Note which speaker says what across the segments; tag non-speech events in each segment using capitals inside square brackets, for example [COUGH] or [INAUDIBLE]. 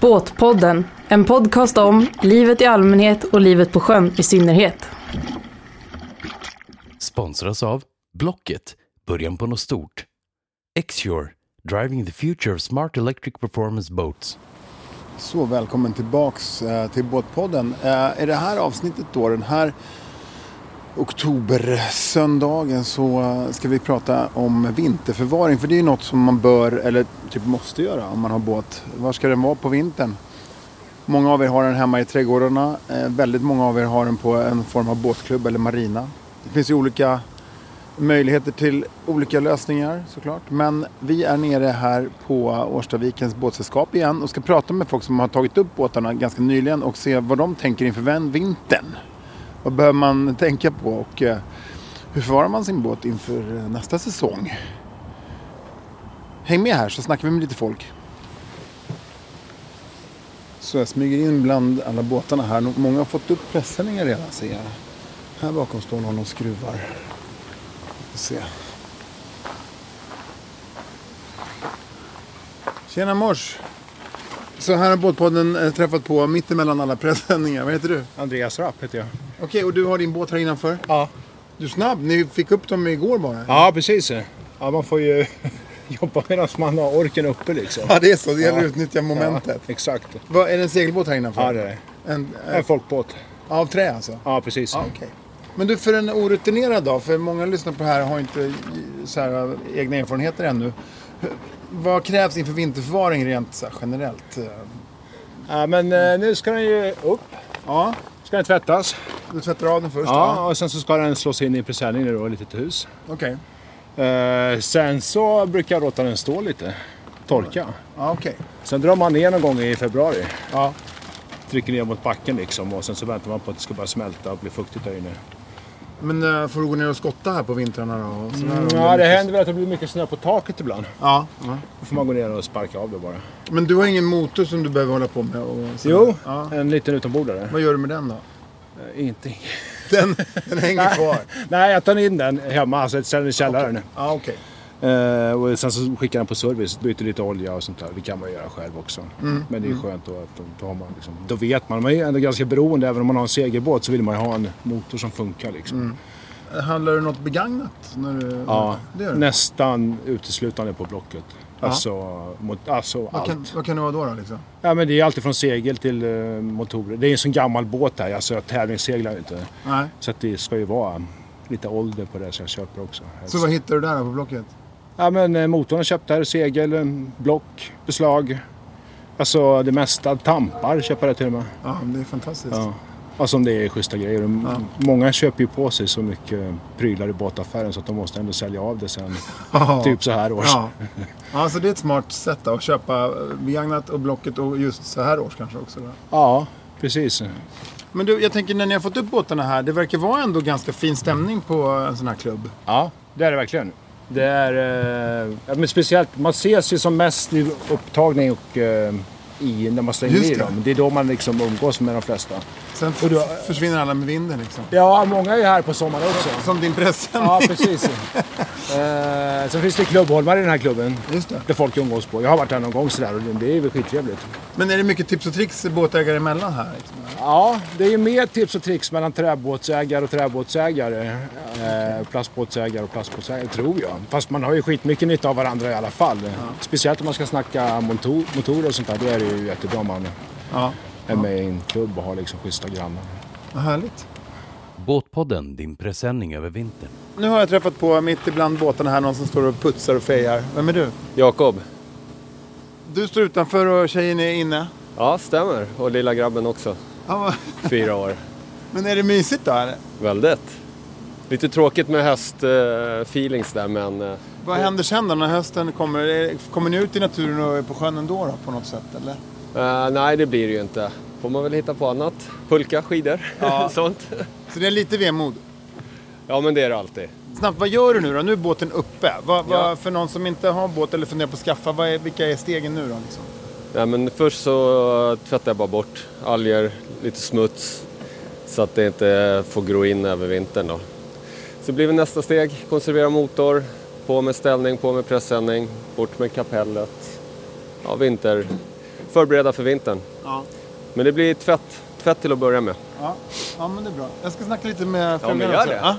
Speaker 1: Båtpodden, en podcast om livet i allmänhet och livet på sjön i synnerhet.
Speaker 2: Sponsras av Blocket, början på något stort. Xure, driving the future of smart electric performance boats.
Speaker 3: Så välkommen tillbaks eh, till Båtpodden. Eh, I det här avsnittet då, den här oktobersöndagen så eh, ska vi prata om vinterförvaring. För det är ju något som man bör, eller typ måste göra om man har båt. Var ska den vara på vintern? Många av er har den hemma i trädgårdarna. Eh, Väldigt många av er har den på en form av båtklubb eller marina. Det finns ju olika möjligheter till olika lösningar såklart. Men vi är nere här på Årstavikens båtsällskap igen och ska prata med folk som har tagit upp båtarna ganska nyligen och se vad de tänker inför vän- vintern. Vad bör man tänka på och eh, hur förvarar man sin båt inför eh, nästa säsong? Häng med här så snackar vi med lite folk. Så jag smyger in bland alla båtarna här. Många har fått upp pressändningar redan ser jag. Här bakom står någon och skruvar. Får se. Tjena mors! Så här har Båtpodden eh, träffat på mittemellan alla pressändningar. Vad heter du?
Speaker 4: Andreas Rapp heter jag.
Speaker 3: Okej, och du har din båt här innanför?
Speaker 4: Ja,
Speaker 3: Du är snabb, ni fick upp dem igår bara.
Speaker 4: ja precis. Ja, man får ju [LAUGHS] jobba medan man har orken uppe liksom.
Speaker 3: Ja, det är så. Det gäller att
Speaker 4: Ja.
Speaker 3: utnyttja momentet.
Speaker 4: Ja, exakt.
Speaker 3: Vad, är det en segelbåt här innanför?
Speaker 4: Ja, det är det.
Speaker 3: En,
Speaker 4: En
Speaker 3: eh,
Speaker 4: folkbåt.
Speaker 3: av trä alltså?
Speaker 4: Ja, precis.
Speaker 3: Ja, okej. Men du, för en orutinerad dag, för många lyssnar på det här har inte eh, så här, egna erfarenheter ännu. Hur- Vad krävs inför vinterförvaring rent så här, generellt? Eh,
Speaker 4: Ja, men eh, nu ska den ju upp.
Speaker 3: Ja,
Speaker 4: Ska den tvättas.
Speaker 3: du tvättar av den först?
Speaker 4: Ja, och sen så ska den slås in i presenning nu då, i litet hus.
Speaker 3: ja. Okej.
Speaker 4: Eh, sen så brukar jag låta den stå lite. Torka.
Speaker 3: Ja, okej.
Speaker 4: Sen drar man ner någon gång i februari.
Speaker 3: Ja.
Speaker 4: Trycker ner mot backen liksom och sen så väntar man på att det ska börja smälta och bli fuktigt där inne.
Speaker 3: Men eh, får du gå ner och skotta här på vintrarna då? Och sådär, om är
Speaker 4: Mm, Ja, det
Speaker 3: mycket-
Speaker 4: händer väl att det blir mycket snö på taket ibland.
Speaker 3: Ja, ja.
Speaker 4: Då får man gå ner och sparka av det bara.
Speaker 3: Men du har ingen motor som du behöver hålla på med? Och sådär.
Speaker 4: Jo,
Speaker 3: Ja.
Speaker 4: en liten utombordare.
Speaker 3: Vad gör du med den då? [LAUGHS]
Speaker 4: Eh, Ingenting.
Speaker 3: Den, den hänger kvar?
Speaker 4: Nej, jag tar in den hemma, alltså jag ställer den i källaren.
Speaker 3: Ja, okej.
Speaker 4: Eh, och sen så skickar den på service, byter lite olja och sånt där. Det kan man göra själv också.
Speaker 3: Mm.
Speaker 4: Men det är skönt då att då, då, har man liksom, då vet man. Man är ju ändå ganska beroende, även om man har en segelbåt så vill man ju ha en motor som funkar liksom.
Speaker 3: Mm. Handlar du något begagnat? När du,
Speaker 4: Ja,
Speaker 3: det gör du.
Speaker 4: nästan uteslutande på Blocket. Alltså, mot, alltså
Speaker 3: Vad
Speaker 4: allt.
Speaker 3: kan, vad kan det vara då? då liksom?
Speaker 4: Ja, men det är alltid från segel till eh, motorer. Det är en sån gammal båt här, alltså jag tävlingsseglar ju inte.
Speaker 3: Nej.
Speaker 4: Så att det ska ju vara lite ålder på det så jag köper också.
Speaker 3: Så vad hittar du där då på Blocket?
Speaker 4: Ja men eh, motorn jag köpte här, segel, eh, block, beslag. Alltså det mesta, tampar köper jag till och med.
Speaker 3: Ja, men det är fantastiskt.
Speaker 4: Ja. Alltså om det är schyssta grejer. M- Många köper ju på sig så mycket prylar i båtaffären så att de måste ändå sälja av det sen.
Speaker 3: [LAUGHS] Ja.
Speaker 4: Typ så här års.
Speaker 3: Ja. ja, så det är ett smart sätt då, att köpa eh, begagnat och Blocket och just så här års kanske också. Då.
Speaker 4: Ja, precis.
Speaker 3: Men du, jag tänker när ni har fått upp båtarna här, det verkar vara ändå ganska fin stämning på en sån här klubb.
Speaker 4: Ja, det är det verkligen. Det är eh, ja, men speciellt, man ses ju som mest i upptagning och eh, i, när man slänger
Speaker 3: Just
Speaker 4: i
Speaker 3: det.
Speaker 4: dem. Det är då man liksom umgås med de flesta.
Speaker 3: Sen f-
Speaker 4: Och då-
Speaker 3: försvinner alla med vinden liksom.
Speaker 4: Ja, många är ju här på sommaren också.
Speaker 3: Som din pressändning.
Speaker 4: Ja, precis. eh, sen finns det klubbholmar i den här klubben.
Speaker 3: Just det.
Speaker 4: Där folk umgås på. Jag har varit där någon gång sådär och det är väl skittrevligt.
Speaker 3: [LAUGHS] Men är det mycket tips och tricks båtägare emellan här? Liksom?
Speaker 4: Ja, det är ju mer tips och tricks mellan träbåtsägare och träbåtsägare. Eh, plastbåtsägare och plastbåtsägare, tror jag. Fast man har ju skitmycket nytta av varandra i alla fall. Speciellt om man ska snacka motor, motorer och sånt där. Då är det ju jättebra om man
Speaker 3: Ja,
Speaker 4: är med i en klubb och har liksom schyssta grannar.
Speaker 3: vad härligt.
Speaker 2: Båtpodden, din presenning över vintern.
Speaker 3: Nu har jag träffat på mitt ibland båtarna här någon som står och putsar och fejar. Vem är du?
Speaker 5: Jakob.
Speaker 3: Du står utanför och tjejen är inne.
Speaker 5: Ja, stämmer. Och lilla grabben också.
Speaker 3: Ja, vad-
Speaker 5: Fyra år.
Speaker 3: Men är det mysigt då eller?
Speaker 5: Väldigt. Lite tråkigt med höstfeelings där, men eh,
Speaker 3: Vad händer sen då när hösten kommer? Är- Kommer ni ut i naturen och är på sjön ändå då, på något sätt eller?
Speaker 5: eh, nej, det blir det ju inte. Får man väl hitta på annat. Pulka, skidor, [LAUGHS] sånt.
Speaker 3: Så det är lite vemod?
Speaker 5: Ja, men det är det alltid.
Speaker 3: Snabbt, vad gör du nu då? Nu är båten uppe. Vad, vad,
Speaker 5: Ja.
Speaker 3: För någon som inte har båt eller funderar på att skaffa, vad är, vilka är stegen nu då? Liksom?
Speaker 5: Nej, men först så tvättar jag bara bort alger, lite smuts så att det inte får gro in över vintern. Då. Så blir det nästa steg, konservera motor, på med ställning, på med pressändning, bort med kapellet. Ja, vinter. Förbereda för vintern.
Speaker 3: Ja.
Speaker 5: Men det blir tvätt, tvätt till att börja med.
Speaker 3: Ja. ja, men det är bra. Jag ska snacka lite med
Speaker 5: Ja, men
Speaker 3: frugan
Speaker 5: gör
Speaker 3: också.
Speaker 5: det.
Speaker 3: Ja.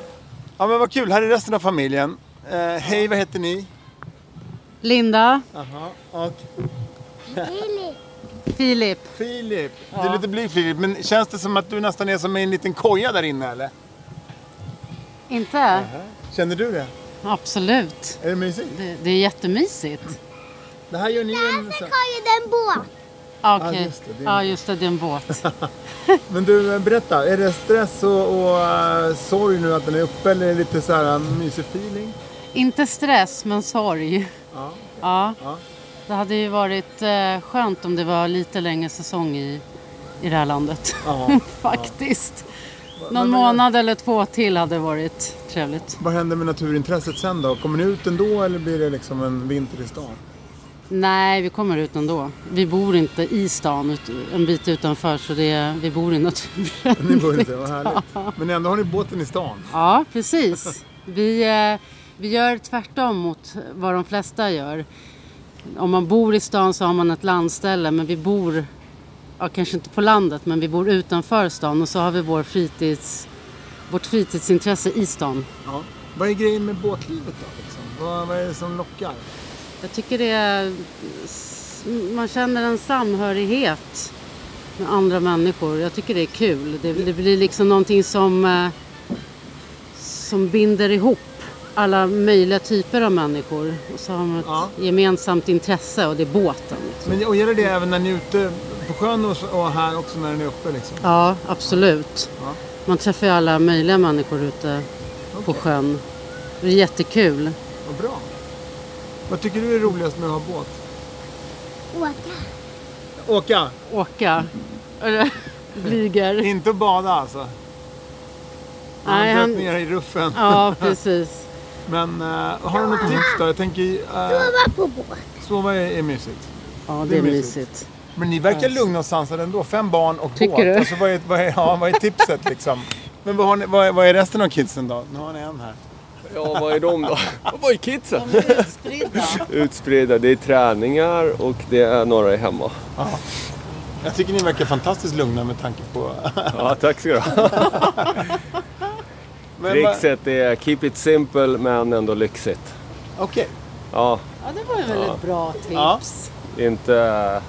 Speaker 3: ja, men vad kul. Här är resten av familjen. Eh, hej, vad heter ni?
Speaker 6: Linda,
Speaker 3: Aha. Och
Speaker 6: Filip.
Speaker 3: Filip. Du är lite blyg Filip, men känns det som att du nästan är som i en liten koja där inne eller?
Speaker 6: Inte?
Speaker 3: Känner du det?
Speaker 6: Absolut.
Speaker 3: Är det mysigt?
Speaker 6: Det, det är jättemysigt.
Speaker 3: Det här gör ni en...
Speaker 7: har ju den båt.
Speaker 6: Ja, okej.
Speaker 3: just det, det är en
Speaker 6: Ja, just det. Det är en båt.
Speaker 3: [LAUGHS] Men du, berätta. Är det stress och, och eh, sorg nu att den är uppe eller är det lite så här eh, mysig feeling?
Speaker 6: Inte stress, men sorg.
Speaker 3: Ja.
Speaker 6: Ja.
Speaker 3: Ja.
Speaker 6: Det hade ju varit eh, skönt om det var lite längre säsong i, i det här landet.
Speaker 3: Ja.
Speaker 6: [LAUGHS] Faktiskt. Någon månad eller två till hade varit trevligt.
Speaker 3: Vad händer med naturintresset sen då? Kommer ni ut ändå eller blir det liksom en vinter i stan? [LAUGHS]
Speaker 6: Nej, vi kommer ut ändå. Vi bor inte i stan, ut, en bit utanför, så det, vi bor i naturen.
Speaker 3: Ni bor inte, vad härligt. Men ändå har ni båten i stan.
Speaker 6: Ja, precis. Vi, eh, vi gör tvärtom mot vad de flesta gör. Om man bor i stan så har man ett landställe, men vi bor, ja, kanske inte på landet, men vi bor utanför stan och så har vi vår fritids, vårt fritidsintresse i stan.
Speaker 3: Ja. Vad är grejen med båtlivet då? Liksom? Vad, vad är det som lockar?
Speaker 6: Jag tycker det är, s- man känner en samhörighet med andra människor. Jag tycker det är kul. Det, det blir liksom någonting som, eh, som binder ihop alla möjliga typer av människor. Och så har man ett
Speaker 3: Ja.
Speaker 6: gemensamt intresse och det är båten. Liksom.
Speaker 3: Men, och gäller det även när ni är ute på sjön och, och här också när ni är uppe? Liksom?
Speaker 6: Ja, absolut.
Speaker 3: Ja.
Speaker 6: Man träffar ju alla möjliga människor ute på sjön. Det är jättekul.
Speaker 3: Vad bra. Vad tycker du är roligast med att ha båt?
Speaker 7: Åka.
Speaker 3: Åka!
Speaker 6: Åka. [LAUGHS] Blyger.
Speaker 3: Inte att bada alltså. Han
Speaker 6: Nej,
Speaker 3: har
Speaker 6: han-
Speaker 3: dött ner i ruffen.
Speaker 6: Ja, precis.
Speaker 3: Men eh, har du något tips då? Jag tänker... eh,
Speaker 7: Sova på båt.
Speaker 3: sova är, är mysigt.
Speaker 6: Ja,
Speaker 3: Det
Speaker 6: det
Speaker 3: är
Speaker 6: är
Speaker 3: mysigt.
Speaker 6: mysigt.
Speaker 3: Men ni verkar lugna och sansade ändå. Fem barn och
Speaker 6: Tycker
Speaker 3: båt.
Speaker 6: du?
Speaker 3: Alltså, vad, är, vad, är, ja, vad är tipset liksom? Men vad, har ni, vad, är, vad är resten av kidsen då? Nu har ni en här.
Speaker 5: Ja, vad är de [LAUGHS] då? vad är kidsen?
Speaker 6: Utspridda.
Speaker 5: Utspridda, det är träningar och det är några är hemma.
Speaker 3: Jag tycker ni verkar fantastiskt lugna med tanke på... [LAUGHS]
Speaker 5: Ja, tack ska du ha.
Speaker 3: Men vad-
Speaker 5: Trixet är keep it simple men ändå lyxigt.
Speaker 3: Okej.
Speaker 5: Ja,
Speaker 6: Ja, det var ju väl ett bra tips.
Speaker 3: Ja.
Speaker 5: inte,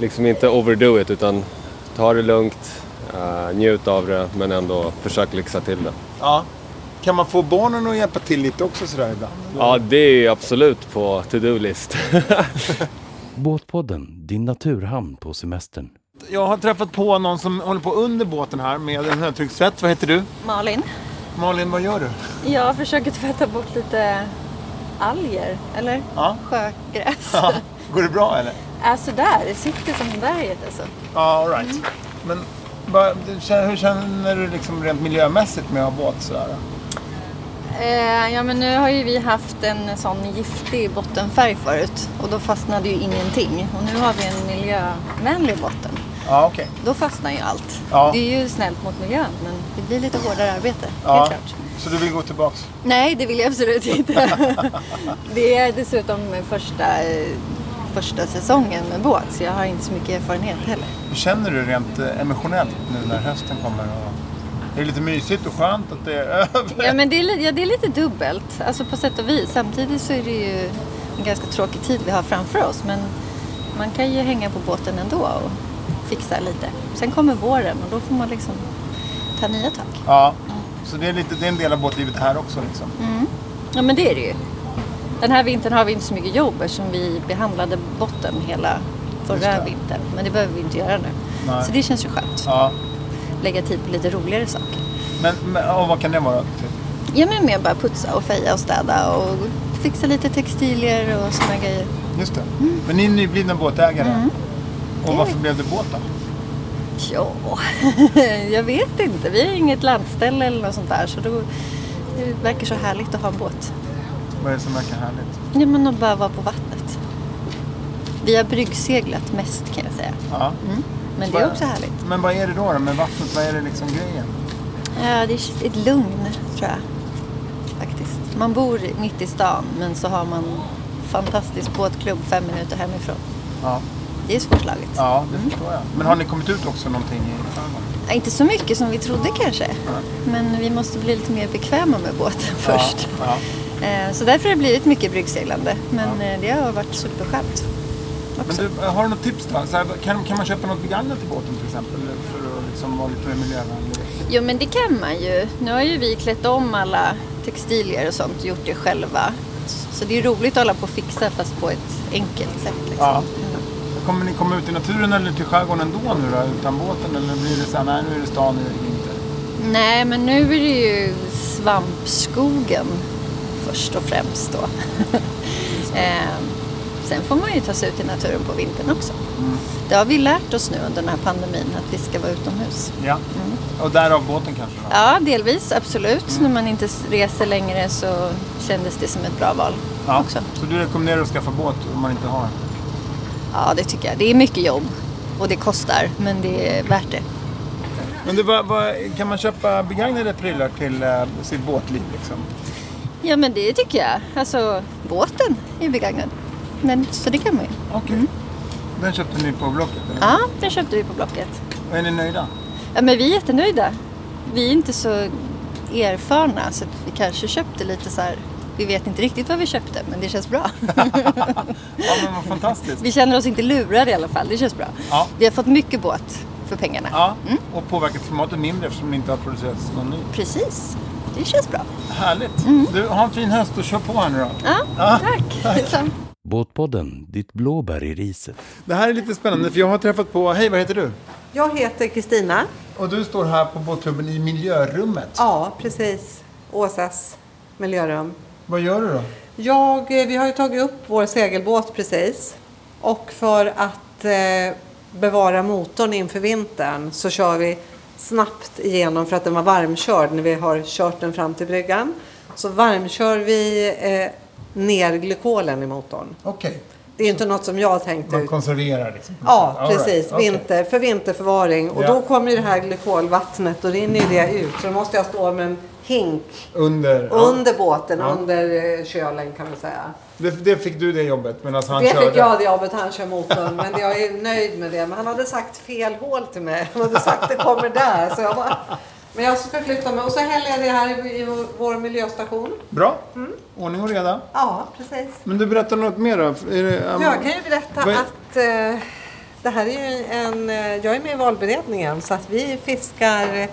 Speaker 5: liksom inte overdo it utan ta det lugnt, eh, njut av det men ändå försök lyxa till det.
Speaker 3: Ja. Kan man få barnen att hjälpa till lite också sådär ibland?
Speaker 5: Ja, det är absolut på to-do-list.
Speaker 2: Båtpodden, din naturhamn på semestern.
Speaker 3: Jag har träffat på någon som håller på under båten här med en högtryckstvätt. Vad heter du?
Speaker 8: Malin,
Speaker 3: Malin, vad gör du?
Speaker 8: jag försöker tvätta bort lite alger, eller
Speaker 3: Ja. [LAUGHS]
Speaker 8: sjögräs.
Speaker 3: Går det bra eller?
Speaker 8: Är sådär, det sitter som berget alltså.
Speaker 3: Ja, all right. Men vad- du känner- hur känner du liksom rent miljömässigt med att ha båt sådär?
Speaker 8: Eh, ja men nu har ju vi haft en sån giftig bottenfärg förut och då fastnade ju ingenting. Och nu har vi en miljövänlig botten.
Speaker 3: Ja, okej.
Speaker 8: Då fastnar ju allt.
Speaker 3: Ja.
Speaker 8: Det är ju snällt mot miljön men det blir lite hårdare arbete,
Speaker 3: Ja.
Speaker 8: helt klart.
Speaker 3: Så du vill gå tillbaks?
Speaker 8: Nej, det vill jag absolut
Speaker 3: [LAUGHS]
Speaker 8: inte. det är dessutom första, eh, första säsongen med båt så jag har inte så mycket erfarenhet heller.
Speaker 3: Hur känner du rent eh, emotionellt nu när hösten kommer? Och... Är det lite mysigt och skönt att det är [LAUGHS] över?
Speaker 8: Ja, men det är, li- ja, det är lite dubbelt, alltså på sätt och vis. Samtidigt så är det ju en ganska tråkig tid vi har framför oss. Men man kan ju hänga på båten ändå och fixa lite. Sen kommer våren och då får man liksom ta nya tag.
Speaker 3: Ja. Så det är, lite, det är en del av båtlivet här också liksom?
Speaker 8: Ja, men det är det ju. Den här vintern har vi inte så mycket jobb eftersom vi behandlade botten hela
Speaker 3: Just
Speaker 8: förra
Speaker 3: det.
Speaker 8: vintern. Men det behöver vi inte göra nu.
Speaker 3: Nej.
Speaker 8: Så det känns ju skönt.
Speaker 3: Ja.
Speaker 8: Lägga tid på lite roligare saker.
Speaker 3: Men, men och vad kan det vara? Typ?
Speaker 8: Ja, men mer bara putsa och feja och städa och fixa lite textilier och såna grejer.
Speaker 3: Just det. Men ni är nyblivna båtägare. Och varför blev det båt då?
Speaker 8: [LAUGHS] Ja, jag vet inte. Vi har inget landställe eller något sånt där. Så då Det verkar så härligt att ha en båt.
Speaker 3: Vad är det som verkar härligt?
Speaker 8: Ja, men att bara vara på vattnet. Vi har bryggseglat mest kan jag säga.
Speaker 3: Ja.
Speaker 8: Men det är också härligt.
Speaker 3: Men vad är det då, då med vattnet? Vad är det liksom grejen?
Speaker 8: Ja, det är ett lugn tror jag. Faktiskt. Man bor mitt i stan men så har man fantastisk båtklubb fem minuter hemifrån.
Speaker 3: Ja,
Speaker 8: Det är svårslaget.
Speaker 3: ja det förstår jag. Men har ni kommit ut också någonting i skärgården?
Speaker 8: Ja, Inte så mycket som vi trodde kanske. Men vi måste bli lite mer bekväma med båten först.
Speaker 3: Ja.
Speaker 8: Eh, Så därför har det blivit mycket bryggseglande. Men eh, det har varit superskönt.
Speaker 3: Men du, har du något tips då? Så här, kan, kan man köpa något begagnat till båten till exempel? För att liksom vara lite miljövänlig?
Speaker 8: Jo men det kan man ju. Nu har ju vi klätt om alla textilier och sånt och gjort det själva. Så det är roligt att hålla på och fixa fast på ett enkelt sätt. Liksom.
Speaker 3: Ja. Kommer ni komma ut i naturen eller ut i skärgården ändå nu då? Utan båten? Eller blir det så här, nej nu är det stan, nu är det inte?
Speaker 8: Nej, men nu är det ju svampskogen först och främst då. [LAUGHS] Ehm, Sen får man ju ta sig ut i naturen på vintern också. Det har vi lärt oss nu under den här pandemin, att vi ska vara utomhus.
Speaker 3: Ja. Och därav båten kanske då?
Speaker 8: Ja, delvis, absolut. När man inte s- reser längre så kändes det som ett bra val
Speaker 3: Ja.
Speaker 8: också.
Speaker 3: Så du rekommenderar att skaffa båt om man inte har?
Speaker 8: Ja, det tycker jag. Det är mycket jobb och det kostar, men det är värt det.
Speaker 3: Men du, vad, vad, kan man köpa begagnade prylar till eh, sitt båtliv liksom?
Speaker 8: Ja, men det tycker jag. Alltså, båten är begagnad. Men, så det kan man ju.
Speaker 3: Okej. Den köpte ni på Blocket eller?
Speaker 8: Ja, den köpte vi på Blocket.
Speaker 3: Och Är ni nöjda?
Speaker 8: Ja, men vi är jättenöjda. Vi är inte så erfarna så att vi kanske köpte lite så här. Vi vet inte riktigt vad vi köpte men det
Speaker 3: [LAUGHS]
Speaker 8: känns bra.
Speaker 3: Ja men vad fantastiskt.
Speaker 8: Vi känner oss inte lurade i alla fall. Det känns bra.
Speaker 3: Ja.
Speaker 8: Vi har fått mycket båt för pengarna.
Speaker 3: Ja,
Speaker 9: Mm.
Speaker 3: och påverkat klimatet mindre eftersom det inte har producerats någon ny.
Speaker 8: Precis. Det känns bra.
Speaker 3: Härligt.
Speaker 9: Mm.
Speaker 3: Du, ha en fin höst och kör på här nu då.
Speaker 8: Ja, tack. Detsamma.
Speaker 2: Båtpodden, ditt blåbär i riset.
Speaker 3: Det här är lite spännande för jag har träffat på, hej vad heter du?
Speaker 9: Jag heter Kristina.
Speaker 3: Och du står här på båtklubben i miljörummet.
Speaker 9: Ja, precis. Åsas miljörum.
Speaker 3: Vad gör du då?
Speaker 9: Jag, eh, vi har ju tagit upp vår segelbåt precis. Och för att eh, bevara motorn inför vintern så kör vi snabbt igenom för att den var varmkörd när vi har kört den fram till bryggan. Så varmkör vi eh, ner glykolen i motorn.
Speaker 3: Okej,
Speaker 9: Det är ju inte något som jag har tänkt
Speaker 3: man
Speaker 9: ut.
Speaker 3: konserverar liksom.
Speaker 9: Ja,
Speaker 3: All right,
Speaker 9: precis.
Speaker 3: okej.
Speaker 9: Vinter, för vinterförvaring. Och
Speaker 3: Ja.
Speaker 9: då kommer ju det här glykolvattnet och rinner ju det ut. Så då måste jag stå med en hink
Speaker 3: Under. ja.
Speaker 9: under båten,
Speaker 3: Ja.
Speaker 9: under eh, kölen kan man säga.
Speaker 3: Det, det fick du det jobbet medan han
Speaker 9: det
Speaker 3: körde.
Speaker 9: fick jag det jobbet, han kör motorn. Men jag är nöjd med det. Men han hade sagt fel hål till mig. Han hade sagt det kommer där. Så jag bara... Men jag förflyttar mig. Och så häller jag det här i i vår miljöstation.
Speaker 3: Bra.
Speaker 9: Mm.
Speaker 3: Ordning och reda.
Speaker 9: Ja, precis.
Speaker 3: Men du berättar något mer då? Är det, ehm,
Speaker 9: Jag kan ju berätta
Speaker 3: Vad är-
Speaker 9: att eh, det här är ju en... eh, Jag är med i valberedningen så att vi fiskar eh,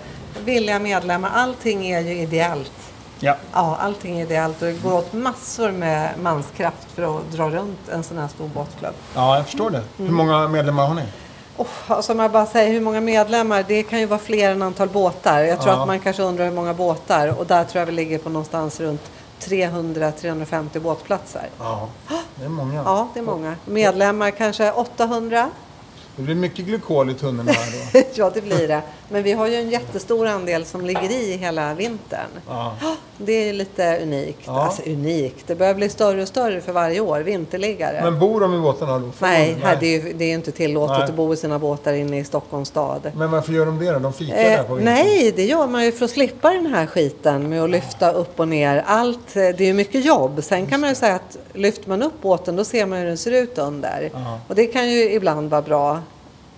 Speaker 9: villiga medlemmar. Allting är ju ideellt.
Speaker 3: Ja.
Speaker 9: Ja, allting är ideellt och det går åt massor med manskraft för att dra runt en sån här stor båtklubb.
Speaker 3: ja, jag förstår det.
Speaker 9: Mm.
Speaker 3: Hur många medlemmar har ni?
Speaker 9: Oh, alltså om jag bara säger hur många medlemmar, det kan ju vara fler än antal båtar. Jag tror
Speaker 3: Ja.
Speaker 9: att man kanske undrar hur många båtar och där tror jag vi ligger på någonstans runt 300-350 båtplatser.
Speaker 3: Ja, det är många.
Speaker 9: Ja, det är många. Medlemmar kanske 800.
Speaker 3: Det blir mycket glykol i tunnorna här då.
Speaker 9: [LAUGHS] ja, det blir det. Men vi har ju en jättestor andel som ligger i hela vintern.
Speaker 3: Ja.
Speaker 9: Det är ju lite unikt.
Speaker 3: Ja.
Speaker 9: Alltså unikt. Det börjar bli större och större för varje år. Vinterliggare.
Speaker 3: Men bor de i båtarna då? Får
Speaker 9: Nej,
Speaker 3: de-
Speaker 9: här, det, är ju, det är ju inte tillåtet
Speaker 3: Nej.
Speaker 9: att bo i sina båtar inne i Stockholms stad.
Speaker 3: Men varför gör de det då? De fikar där på
Speaker 9: Eh,
Speaker 3: vintern?
Speaker 9: nej, det gör man ju för att slippa den här skiten med att lyfta upp och ner allt. eh, Det är ju mycket jobb. Sen kan man ju säga att lyfter man upp båten då ser man hur den ser ut under.
Speaker 3: Ja.
Speaker 9: Och det kan ju ibland vara bra.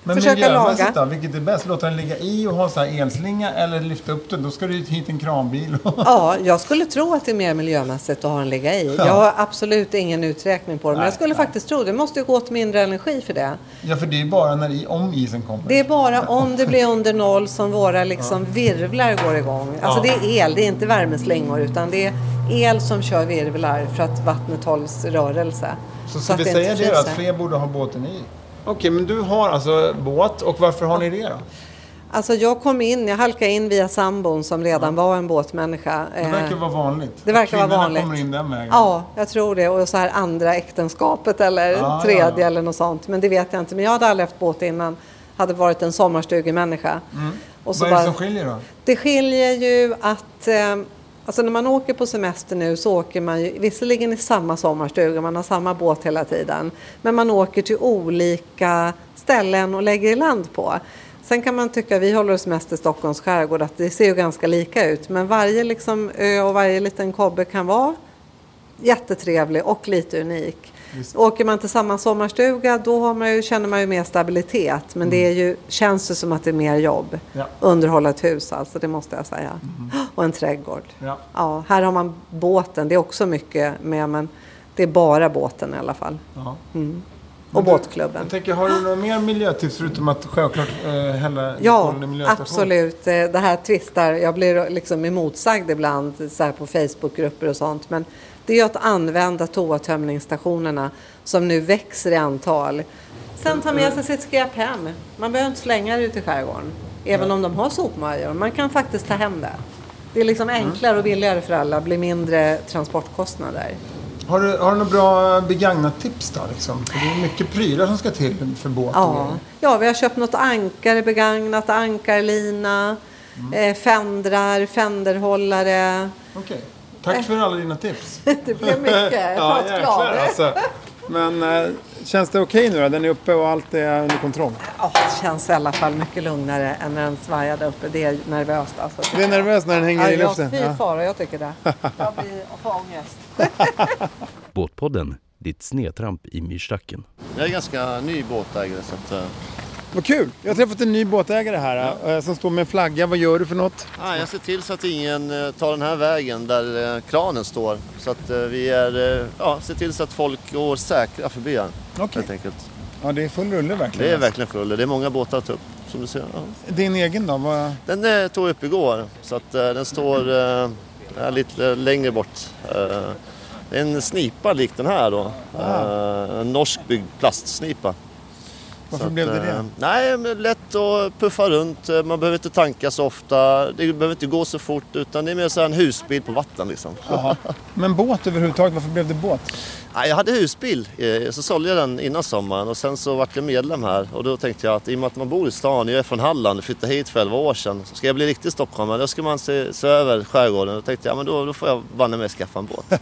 Speaker 3: Men miljömässigt då? Vilket är bäst? Låta den ligga i och ha så här elslinga eller lyfta upp den? Då ska du ju hit en kranbil.
Speaker 9: Ja, jag skulle tro att det är mer miljömässigt att ha den ligga i. Jag har absolut ingen uträkning på det, men jag skulle faktiskt tro det. Det måste ju gå åt mindre energi för det.
Speaker 3: ja, för det är ju bara när i, om isen kommer.
Speaker 9: Det är bara om det blir under noll som våra liksom virvlar går igång. Alltså
Speaker 3: Ja.
Speaker 9: det är el, det är inte värmeslingor utan det är el som kör virvlar för att vattnet hålls i rörelse.
Speaker 3: Så ska
Speaker 9: att
Speaker 3: vi
Speaker 9: inte
Speaker 3: säga det då, att
Speaker 9: fryser.
Speaker 3: fler borde ha båten i? Okej, men du har alltså båt och varför har ni det då?
Speaker 9: Alltså jag kom in, jag halkade in via sambon som redan var en båtmänniska.
Speaker 3: Det verkar
Speaker 9: Eh,
Speaker 3: vara vanligt.
Speaker 9: Det verkar vara
Speaker 3: Kvinnorna
Speaker 9: vanligt.
Speaker 3: kommer in den vägen.
Speaker 9: Ja, jag tror det. Och så här andra äktenskapet eller
Speaker 3: Ah, Ja,
Speaker 9: tredje
Speaker 3: ja, ja.
Speaker 9: eller något sånt. Men det vet jag inte. Men jag hade aldrig haft båt innan. Hade varit en
Speaker 3: Mm.
Speaker 9: sommarstugemänniska. Och
Speaker 3: Vad är det som skiljer då?
Speaker 9: Det skiljer ju att eh, Alltså när man åker på semester nu så åker man ju visserligen i samma sommarstuga, man har samma båt hela tiden. Men man åker till olika ställen och lägger i land på. Sen kan man tycka, vi håller oss mest i Stockholms skärgård, att det ser ju ganska lika ut. Men varje liksom ö och varje liten kobbe kan vara jättetrevlig och lite unik. Åker man till samma sommarstuga då har man ju, känner man ju mer stabilitet. Men det är ju, känns ju som att det är mer jobb.
Speaker 10: Mm. Ja. Mm.
Speaker 9: Underhålla ett hus alltså, det måste jag säga. [GASPS] Och en trädgård.
Speaker 10: Ja.
Speaker 9: Ja, här har man båten, det är också mycket med men det är bara båten i alla fall.
Speaker 10: Ja.
Speaker 9: Mm. Och
Speaker 10: Men du-
Speaker 9: båtklubben.
Speaker 10: Jag tänker, har du några mer miljötips förutom att självklart eh, hälla
Speaker 9: Ja,
Speaker 10: kolen i miljöstation?
Speaker 9: absolut. Eh, Det här tvistar, jag blir liksom emotsagd ibland så här på Facebookgrupper och sånt. Men det är ju att använda toatömningsstationerna som nu växer i antal. Sen ta med sig sitt skräp hem. Man behöver inte slänga det ute i skärgården. Även om de har sopmajor. Man kan faktiskt ta hem det. Det är liksom enklare och billigare för alla. blir mindre transportkostnader.
Speaker 10: Har du, har du några bra begagnat tips då? Liksom? För det är mycket prylar som ska till för båt. och
Speaker 9: Ja.
Speaker 10: grejer.
Speaker 9: ja, vi har köpt något ankare begagnat, ankarlina, eh, fändrar, fänderhållare.
Speaker 10: Okej. Tack för alla dina tips.
Speaker 9: Det
Speaker 3: [LAUGHS]
Speaker 9: blev [LAUGHS] mycket.
Speaker 10: ja,
Speaker 9: Jag
Speaker 10: jäklar
Speaker 9: är glad.
Speaker 10: alltså.
Speaker 3: Men eh, känns det okej nu då? Den är uppe och allt är under kontroll?
Speaker 9: Ja, det känns i alla fall mycket lugnare än när den svajade uppe. Det är nervöst alltså.
Speaker 3: Du är nervös när den hänger i
Speaker 9: Ja,
Speaker 3: luften?
Speaker 9: fy fara, jag tycker det. Jag blir får ångest.
Speaker 2: Båtpodden, ditt snedtramp i myrstacken.
Speaker 11: Jag är ganska ny båtägare så att... eh,
Speaker 3: Vad kul! Jag har träffat en ny båtägare här eh, som står med en flagga. Vad gör du för något?
Speaker 11: nej, jag ser till så att ingen eh, tar den här vägen där eh, kranen står. Så att eh, vi är... eh, Ja, ser till så att folk går säkra förbi här.
Speaker 10: Okej.
Speaker 11: Helt enkelt.
Speaker 10: Ja, det är full rulle verkligen.
Speaker 11: Det är verkligen full. Det är många båtar att ta upp som du ser. Ja.
Speaker 10: Din egen då? Vad...
Speaker 11: Den eh, tog jag upp igår så att eh, den står eh, här lite längre bort. Eh, det är en snipa lik den här då. Eh, en norskbyggd plastsnipa.
Speaker 10: Varför
Speaker 11: Så att,
Speaker 10: blev det
Speaker 11: eh,
Speaker 10: det?
Speaker 11: Nej, men lätt att puffa runt. Eh, Man behöver inte tanka så ofta. Det behöver inte gå så fort utan det är mer så här en husbil på vatten liksom.
Speaker 10: Jaha. Men båt överhuvudtaget, varför blev det båt?
Speaker 11: Nej, jag hade husbil, eh, så sålde jag den innan sommaren och sen så vart jag medlem här och då tänkte jag att i och med att man bor i stan, jag är från Halland och flyttade hit för 11 år sedan, så ska jag bli riktig stockholmare då ska man se, se över skärgården. Då tänkte jag, ja, men då, då får jag banne mig skaffa en båt.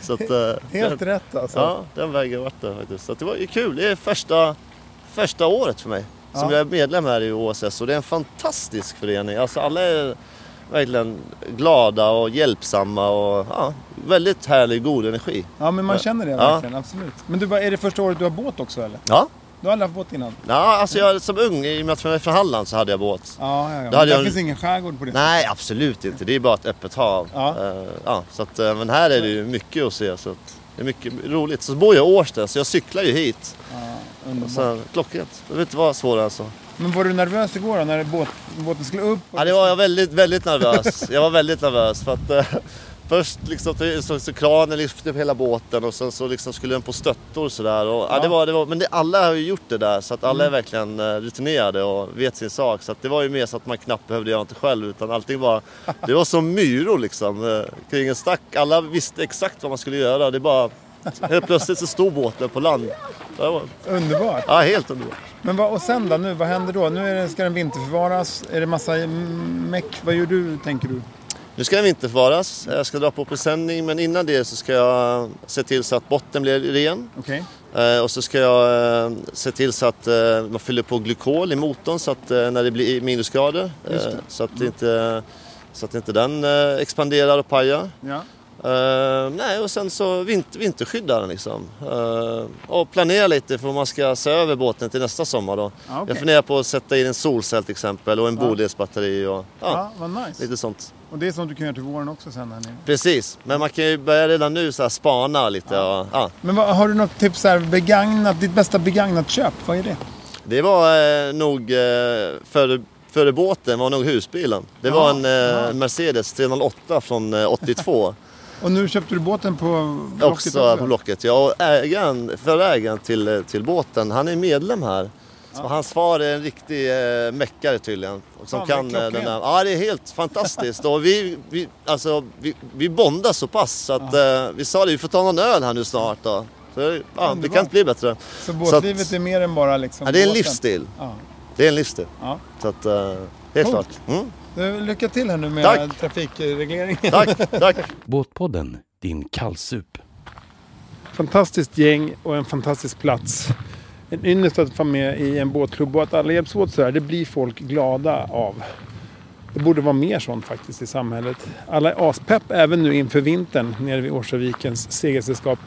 Speaker 11: så att, eh,
Speaker 10: Helt
Speaker 11: den,
Speaker 10: rätt alltså.
Speaker 11: Ja, den vägen vart det faktiskt. Så att det var ju kul, det är första, första året för mig som jag är medlem här i OSS och det är en fantastisk förening. Alltså alla är verkligen glada och hjälpsamma och ja, väldigt härlig, god energi.
Speaker 10: Ja, men man känner det
Speaker 11: Ja.
Speaker 10: verkligen. Absolut. Men du, bara, är det första året du har båt också eller?
Speaker 11: Ja,
Speaker 10: Du har aldrig haft båt innan?
Speaker 11: Ja, alltså jag, som ung, i och med att jag är från Halland så hade jag båt.
Speaker 10: Ja, ja, ja.
Speaker 11: Då
Speaker 10: Men
Speaker 11: hade
Speaker 10: det
Speaker 11: jag-
Speaker 10: finns ingen skärgård på det
Speaker 11: Nej, absolut inte. Det är bara ett öppet hav.
Speaker 10: Ja.
Speaker 11: Eh, ja, så att, eh, men här är det ju mycket att se. Så att det är mycket roligt. Så bor jag i Årsta, så jag cyklar ju hit. Och sen, klockrent. Det behöver inte vara svårare än så.
Speaker 10: Men var du nervös igår då när båt, båten skulle upp?
Speaker 11: Ja, det var jag väldigt, väldigt nervös. Jag var väldigt nervös för att eh, först liksom, så, så kranen lyfte upp hela båten och sen så liksom skulle den på stöttor sådär. Och, ja. det var, det var, men det, alla har ju gjort det där så att alla är verkligen eh, rutinerade och vet sin sak. Så att det var ju mer så att man knappt behövde göra något själv utan allting bara, det var som myror liksom eh, kring en stack. Alla visste exakt vad man skulle göra. Det bara, helt plötsligt så stod båten på land. Det var,
Speaker 10: Underbart.
Speaker 11: ja, helt underbart.
Speaker 10: Men vad, och sen då? Nu, vad händer då? Nu är det, ska den vinterförvaras. Är det massa mm, meck? Vad gör du, tänker du?
Speaker 11: Nu ska den vinterförvaras. Jag ska dra på presenning men innan det så ska jag se till så att botten blir ren.
Speaker 10: Okej.
Speaker 11: Eh, Och så ska jag eh, se till så att eh, man fyller på glykol i motorn så att eh, när det blir minusgrader eh, så att, inte, så att inte den eh, expanderar och pajar.
Speaker 10: Ja.
Speaker 11: Eh, nej, och sen så vinter, vinterskydda den liksom. Eh, och planera lite för om man ska se över båten till nästa sommar då.
Speaker 10: Ja, Ah, okej. Ah.
Speaker 11: Jag funderar på att sätta in en solcell till exempel och en bodelsbatteri och ja,
Speaker 10: Ja, vad nice.
Speaker 11: lite sånt.
Speaker 10: Och det är sånt du kan göra till våren också sen här nere.
Speaker 11: Precis, men man kan ju börja redan nu så här spana lite. Och, ja.
Speaker 10: Men vad, har du något tips här? Begagnat, ditt bästa begagnat köp? Vad är det?
Speaker 11: Det var eh, nog eh, före, före båten var nog husbilen. Det var en eh, Mercedes 308 från eh, [LAUGHS] 82.
Speaker 10: Och nu köpte du båten på Blocket
Speaker 11: också här på Blocket. Ja, och ägaren, förra ägaren till, eh, till båten, han är medlem här. Så hans far är en riktig eh, meckare tydligen. Och
Speaker 10: Fan,
Speaker 11: Som
Speaker 10: vad
Speaker 11: kan eh, den här.
Speaker 10: klockrent.
Speaker 11: Ja, det är helt fantastiskt. och vi, vi, alltså, vi, vi bondar så pass så att eh, vi sa det, vi får ta någon öl här nu snart då. Så, ja, det kan
Speaker 10: Underbart.
Speaker 11: inte bli bättre.
Speaker 10: Så
Speaker 11: att-
Speaker 10: båtlivet är mer än bara liksom
Speaker 11: Ja, det är en
Speaker 10: båten.
Speaker 11: livsstil.
Speaker 10: Ja.
Speaker 11: Det är en livsstil.
Speaker 10: Ja.
Speaker 11: Så att, eh, helt
Speaker 10: Coolt.
Speaker 11: klart. Mm.
Speaker 3: Lycka till här nu med
Speaker 11: Tack.
Speaker 3: trafikregleringen.
Speaker 11: Tack, tack.
Speaker 2: Båtpodden, din kallsup.
Speaker 3: Fantastiskt gäng och en fantastisk plats. En ynnest att få med i en båtklubb och att alla hjälps åt sådär, det blir folk glada av. Det borde vara mer sånt faktiskt i samhället. Alla är aspepp även nu inför vintern nere vid Årsavikens segelsällskap.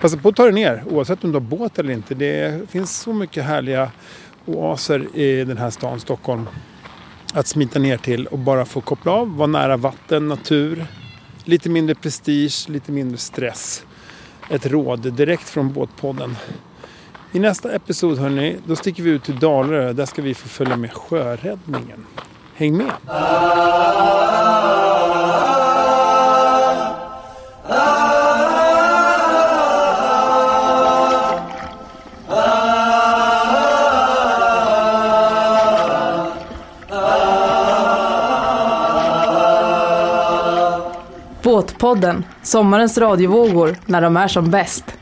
Speaker 3: Passa på att ta dig ner oavsett om du har båt eller inte. Det finns så mycket härliga oaser i den här stan Stockholm att smita ner till och bara få koppla av, vara nära vatten, natur. Lite mindre prestige, lite mindre stress. Ett råd direkt från Båtpodden. I nästa episod hörni, då sticker vi ut till Dalarö. Där ska vi få följa med sjöräddningen. Häng med!
Speaker 1: Båtpodden, sommarens radiovågor när de är som bäst.